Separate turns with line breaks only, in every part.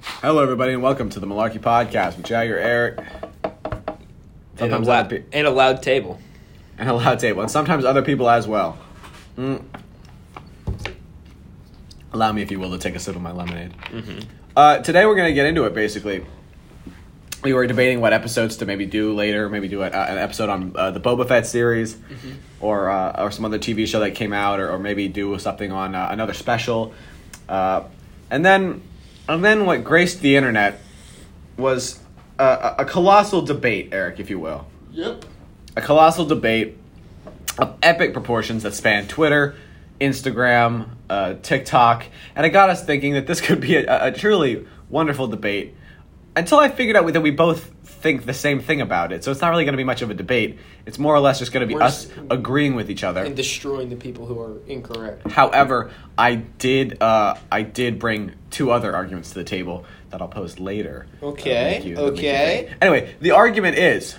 Hello, everybody, and welcome to the Malarkey Podcast with Jagger, Eric,
And a,
Sometimes
loud,
other pe-
and a loud table.
and a loud table, and sometimes other people as well. Mm. Allow me, if you will, to take a sip of my lemonade. Uh, today, we're going to get into it. Basically, we were debating what episodes to maybe do later. Maybe do a, uh, an episode on uh, the Boba Fett series, or uh, or some other TV show that came out, or, or maybe do something on uh, another special. Uh, and then, and then, what graced the internet was uh, a, a colossal debate, Eric, if you will
Yep.
a colossal debate of epic proportions that spanned Twitter, Instagram, uh, TikTok, and it got us thinking that this could be a, a truly wonderful debate. Until I figured out that we both think the same thing about it, so it's not really going to be much of a debate. It's more or less just going to be
We're
us
just-
agreeing with each other.
And destroying the people who are incorrect.
However, I did uh, I did bring two other arguments to the table that I'll post later. Uh,
Okay,
That'll make that'll make
okay.
think. Anyway, the argument is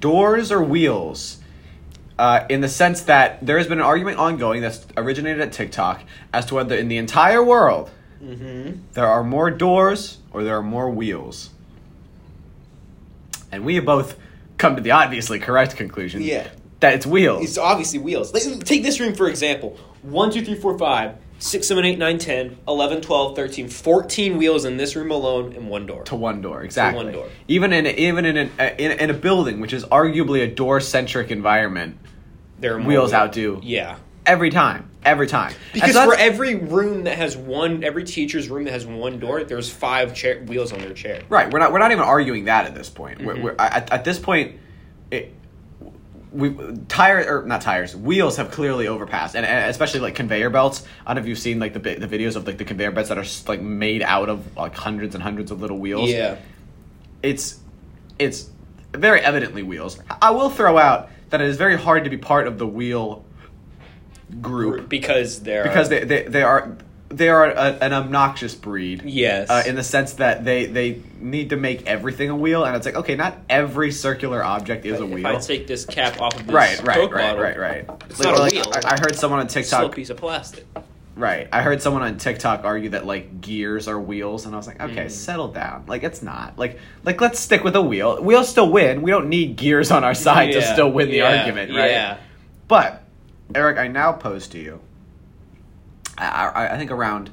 doors or wheels. Uh, in the sense that there has been an argument ongoing that's originated at TikTok as to whether in the entire world
Mm-hmm.
there are more doors or there are more wheels. And we have both come to the obviously correct conclusion
Yeah.
that it's wheels.
It's obviously wheels. Let's take this room for example. 1, 2, 3, 4, 5, 6, 7, 8, 9, 10, 11, 12, 13, 14 wheels in this room alone and one door.
to one door exactly
door.
even in even in, an, in in a building which is arguably a door centric environment
There are more
Wheels outdo.
Yeah.
every time every time And
Because
so that's-
for every room that has one, every teacher's room that has one door, there's five chair, wheels on their chair.
right we're not we're not even arguing that at this point we're,
Mm-hmm.
we're, at, at this point it we tire or not tires wheels have clearly overpassed and, and especially like conveyor belts i don't know if you've seen like the bi- the videos of like the conveyor belts that are s- like made out of like hundreds and hundreds of little wheels
Yeah.
it's it's very evidently wheels. I will throw out that it is very hard to be part of the wheel group
Because they're.
because they they, they are they are a, an obnoxious breed.
Yes.
Uh, in the sense that they they need to make everything a wheel, and it's like okay, not every circular object is a
if
wheel.
I take this cap off of this
Right, right,
Coke
right,
bottle,
right, right.
It's not a
like,
wheel.
I, I heard someone on
It's still a
TikTok.
piece of plastic.
Right, I heard someone on TikTok argue that like gears are wheels, and I was like, okay,
Mm.
settle down. Like it's not. Like like let's stick with a wheel. We'll still win. We don't need gears on our side to
Yeah,
still win the
yeah,
argument, right?
Yeah.
But Eric, I now pose to you. I, I, I think around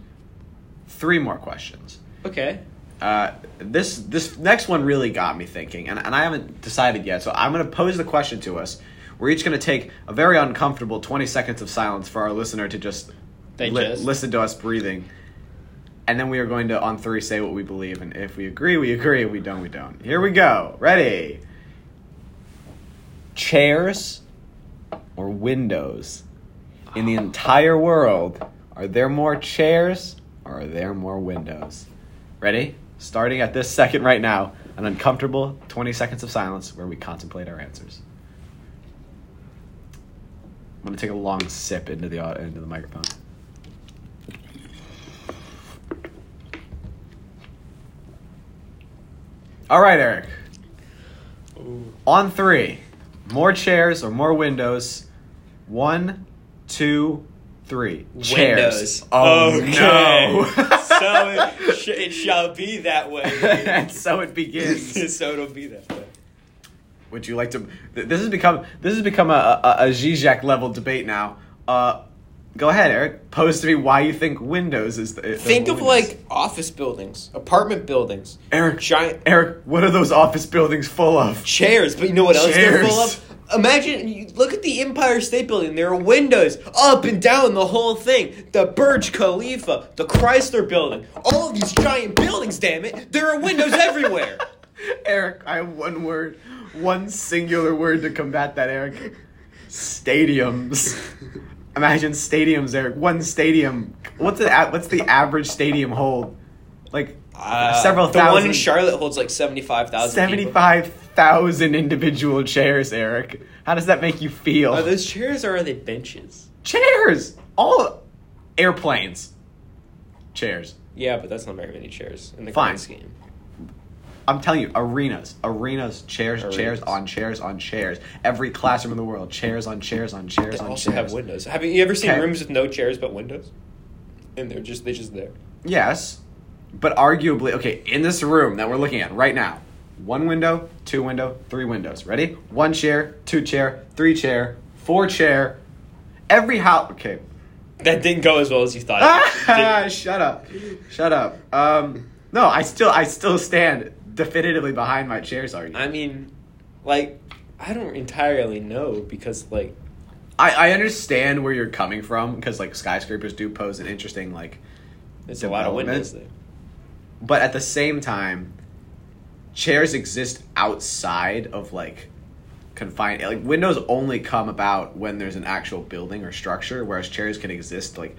three more questions.
Okay.
Uh, this this next one really got me thinking, and, and I haven't decided yet. So I'm going to pose the question to us. We're each going to take a very uncomfortable 20 seconds of silence for our listener to just
They just-
listen to us breathing, and then we are going to on three say what we believe, and if we agree, we agree. If we don't, we don't. Here we go. Ready? Chairs or windows in the entire world? Are there more chairs or are there more windows? Ready? Starting at this second right now, an uncomfortable 20 seconds of silence where we contemplate our answers. I'm gonna take a long sip into the au- into the microphone. All right, Eric. On three, more chairs or more windows? One, two, three. Chairs.
Windows.
Oh no!
so it, sh- it shall be that way.
and so it begins.
so it'll be that way.
Would you like to? th- This has become this has become a a, a Zizek level debate now. Uh, go ahead, Eric. Pose to me why you think Windows is. The,
Think
the
of
Windows.
like office buildings, apartment buildings,
Eric.
giant
Eric, what are those office buildings full of?
chairs. But you know what else they're full
Chairs.
of? Imagine you look at the Empire State Building. There are windows up and down the whole thing. The Burj Khalifa, the Chrysler Building, all of these giant buildings. Damn it, there are windows everywhere.
Eric, I have one word, one singular word to combat that, Eric. Stadiums. Imagine stadiums, Eric. One stadium. What's the a- what's the average stadium hold? Like
Uh,
several
the
thousand.
one in Charlotte holds like seventy five thousand.
Seventy-five thousand individual chairs, Eric. How does that make you feel?
Are those chairs or are they benches?
chairs, all airplanes, chairs.
Yeah, but that's not very many chairs in the
Fine.
grand scheme.
I'm telling you, arenas, arenas, chairs, chairs
Arenas.
on chairs on chairs. Every classroom in the world, chairs on chairs on chairs
They
on
also
chairs.
have windows. Have you ever seen
Okay.
rooms with no chairs but windows? And they're just they just there.
Yes, But arguably, okay, in this room that we're looking at right now, one window, two window, three windows. Ready? One chair, two chair, three chair, four chair. Every house. Okay.
That didn't go as well as you thought.
Ah, shut up. Shut up. Um, no, I still, I still stand definitively behind my chairs argument.
I mean, like, I don't entirely know because, like,
I, I understand where you're coming from because like skyscrapers do pose an interesting like,
there's a lot of windows there.
Development? but at the same time, chairs exist outside of like confined like windows only come about when there's an actual building or structure, whereas chairs can exist like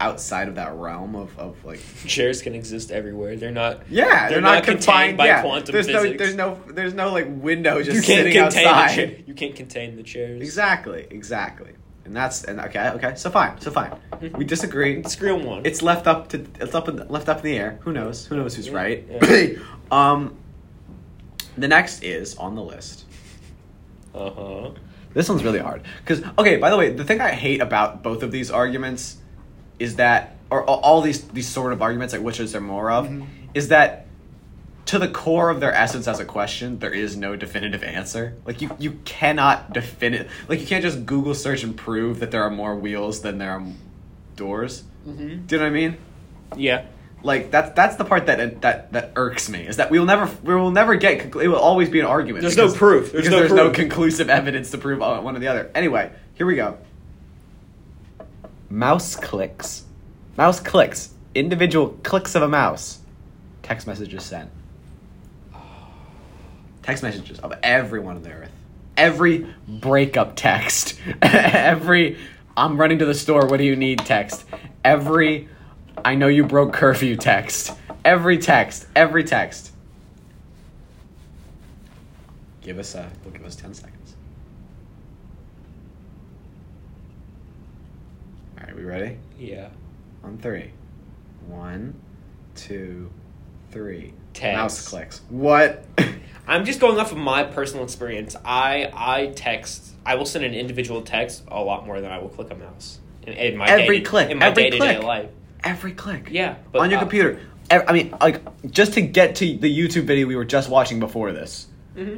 outside of that realm of, of like
Chairs can exist everywhere. They're not.
yeah they're, not, confined
by
yeah,
quantum
there's
physics.
no there's no there's no like window just
you can't
sitting
contain
outside
the chair. You can't contain the chairs.
exactly exactly and that's and okay okay so fine so fine we disagree
Screw one.
it's left up to it's up in the, left up in the air. Who knows? Who knows who's
Yeah,
right?
yeah.
um, the next is on the list.
uh huh.
This one's really hard because okay. By the way, the thing I hate about both of these arguments is that, or a- all these these sort of arguments, like which is there more of, is that to the core of their essence as a question, there is no definitive answer. Like you, you cannot definite. Like you can't just Google search and prove that there are more wheels than there are doors.
Mm-hmm.
Do you know what I mean?
Yeah.
like that's that's the part that that that irks me is that we will never we will never get conclu- it will always be an argument.
There's no proof. There's
because
no
there's no
proof.
conclusive evidence to prove uh, one or the other. Anyway, here we go. Mouse clicks, mouse clicks, individual clicks of a mouse. Text messages sent. Text messages of everyone on the earth. Every breakup text. Every I'm running to the store, what do you need text. Every I know you broke curfew text. Every text. Every text. Give us a we'll give us ten seconds. Alright, we ready?
Yeah.
On three. One, two, three.
Text.
Mouse clicks. What?
I'm just going off of my personal experience. I I text. I will send an individual text a lot more than I will click a mouse in, in my
Every
day,
click,
in my
every
day to day
click.
life.
Every click.
Yeah, but,
on your
uh,
computer. Ev- I mean, like just to get to the YouTube video we were just watching before this,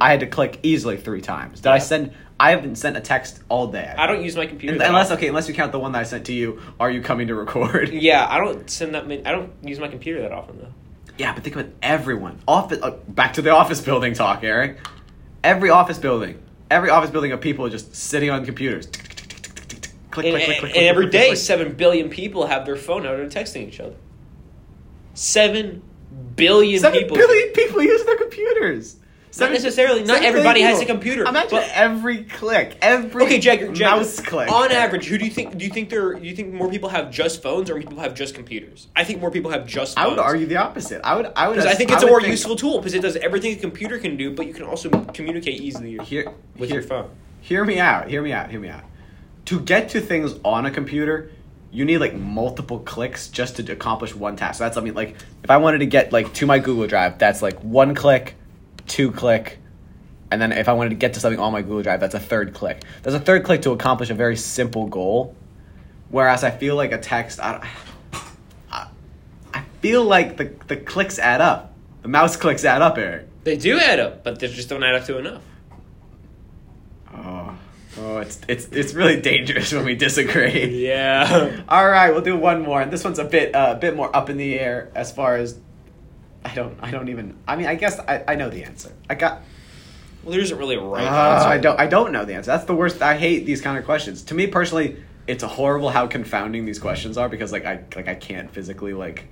I had to click easily three times. Did I
Mm-hmm. Yeah.
send? I haven't sent a text all day.
I don't use my computer
Un-
that
unless
often.
okay, unless you count the one that I sent to you. Are you coming to record?
Yeah, I don't send that many. I don't use my computer that often though.
Yeah, but think about everyone. Office. Uh, back to the office building talk, Eric. Every office building. Every office building of people just sitting on computers. Click, click, click, click, click, click, click,
And,
click,
and-
click,
and every
click, click,
day,
click.
seven billion people have their phone out and texting each other. Seven billion
Seven
people.
billion people use their computers.
Not necessarily. Not
seven
everybody
billion
has a
people.
computer.
Imagine
but-
every click, every
Okay, Jagger, Jagger.
mouse click.
On average, who do you think? Do you think there? Do you think more people have just phones, or more people have just computers? I think more people have just.
I
phones.
would argue the opposite. I would. I would.
Because I think it's a
would
more useful tool because it does everything a computer can do, but you can also communicate easily
Here,
with
here,
your phone.
Hear me out. Hear me out. Hear me out. To get to things on a computer, you need like multiple clicks just to accomplish one task. So that's I mean like if I wanted to get like to my Google Drive, that's like one click, two click, and then if I wanted to get to something on my Google Drive, that's a third click. There's a third click to accomplish a very simple goal. Whereas I feel like a text, I, don't- I, I feel like the the clicks add up. The mouse clicks add up, Eric.
They do add up, but they just don't add up to enough.
Oh, oh, it's it's it's really dangerous when we disagree.
Yeah.
All right, we'll do one more, and this one's a bit a bit more up in the air as far as I don't I don't even I mean I guess I, I know the answer. I got
well, there isn't really a right
Ah,
answer.
I don't I don't know the answer. That's the worst. I hate these kind of questions. To me personally, it's horrible how confounding these questions are because like I like I can't physically like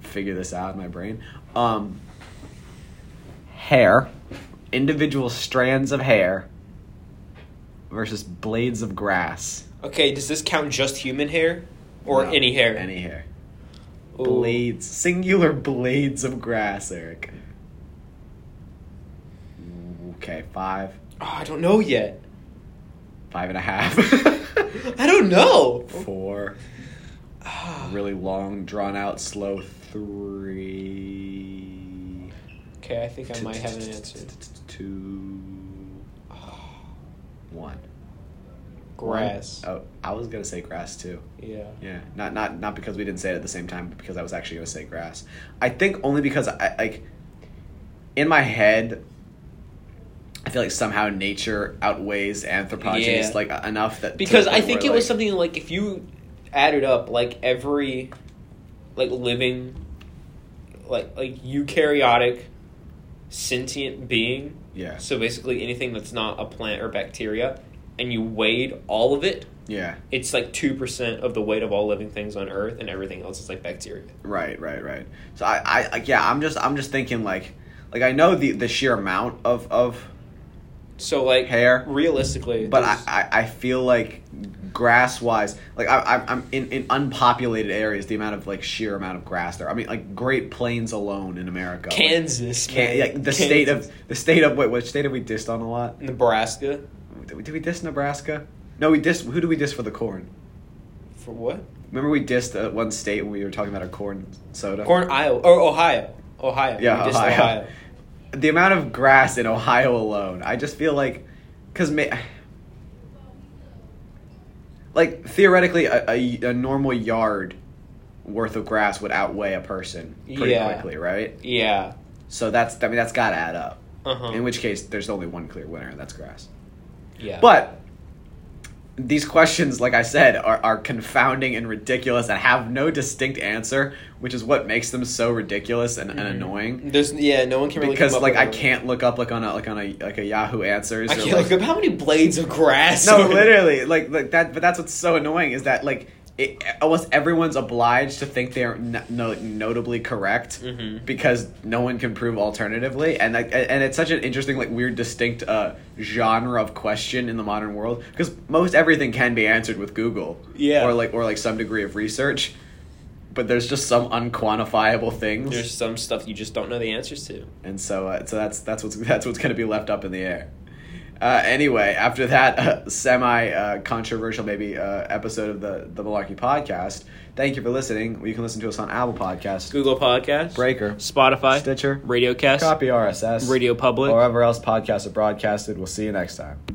figure this out in my brain. Um, hair, individual strands of hair versus blades of grass
Okay, does this count just human hair, or
No,
any hair?
Any hair.
Ooh.
Blades, singular blades of grass, Eric. Okay, five,
Oh, I don't know yet.
five and a half.
I don't know.
four. Really long, drawn out, slow three.
Okay, I think I might have an answer.
Two. One.
Grass.
Oh, I was gonna say grass too.
Yeah.
Yeah, not not not because we didn't say it at the same time, but because I was actually gonna say grass. I think only because I like in my head. I feel like somehow nature outweighs anthropology
Yeah.
just, like enough that to
Because
the
I
point
think
where,
it was
like-
something like if you added up like every like living like like eukaryotic sentient being.
Yeah.
So basically anything that's not a plant or bacteria and you weighed all of it,
Yeah.
it's like 2% of the weight of all living things on earth and everything else is like bacteria.
Right, right, right. So I, I, like, yeah, I'm just, I'm just thinking like, like I know the the sheer amount of of,
So like
Hair.
realistically
but I,
there's-
I, I feel like grass wise, like I, I, I'm in in unpopulated areas, the amount of like sheer amount of grass there. I mean, like Great Plains alone in America, like,
Kansas,
Can,
man.
like the
Kansas.
state of the state of wait, which state have we dissed on a lot?
Nebraska
Did we, did we diss Nebraska? No, we dissed. Who do we diss for the corn?
for what?
Remember we dissed uh, one state when we were talking about our corn soda.
Or in Iowa or Ohio. Ohio.
Yeah,
We dissed
Ohio. the amount of grass in Ohio alone, I just feel like, because ma- like theoretically, a, a, a normal yard worth of grass would outweigh a person pretty
Yeah.
quickly, right?
Yeah.
So that's I mean that's got to add up.
Uh-huh.
In which case, there's only one clear winner, and that's grass.
yeah.
But these questions, like I said, are, are confounding and ridiculous and have no distinct answer, which is what makes them so ridiculous and,
Mm-hmm.
and annoying.
there's yeah, no one can really come
because
up
like
with
I
a-
can't look up like on a like on a like a Yahoo Answers.
I
or,
can't
like-
look up how many blades of grass.
No,
are-
literally, like like that. But that's what's so annoying is that like it, almost everyone's obliged to think they are no, no, notably correct
Mhm.
because no one can prove alternatively, and like a- and it's such an interesting like weird distinct uh, genre of question in the modern world because most everything can be answered with Google,
Yeah.
or like or like some degree of research. But there's just some unquantifiable things,
There's some stuff you just don't know the answers to.
and so uh, so that's that's what's that's what's going to be left up in the air. Uh, anyway, after that uh, semi uh, controversial maybe uh, episode of the the Malarkey podcast, thank you for listening. You can listen to us on Apple Podcast,
Google Podcast,
Breaker,
Spotify,
Stitcher,
RadioCast,
Copy RSS,
Radio Public.
or wherever else podcasts are broadcasted. We'll see you next time.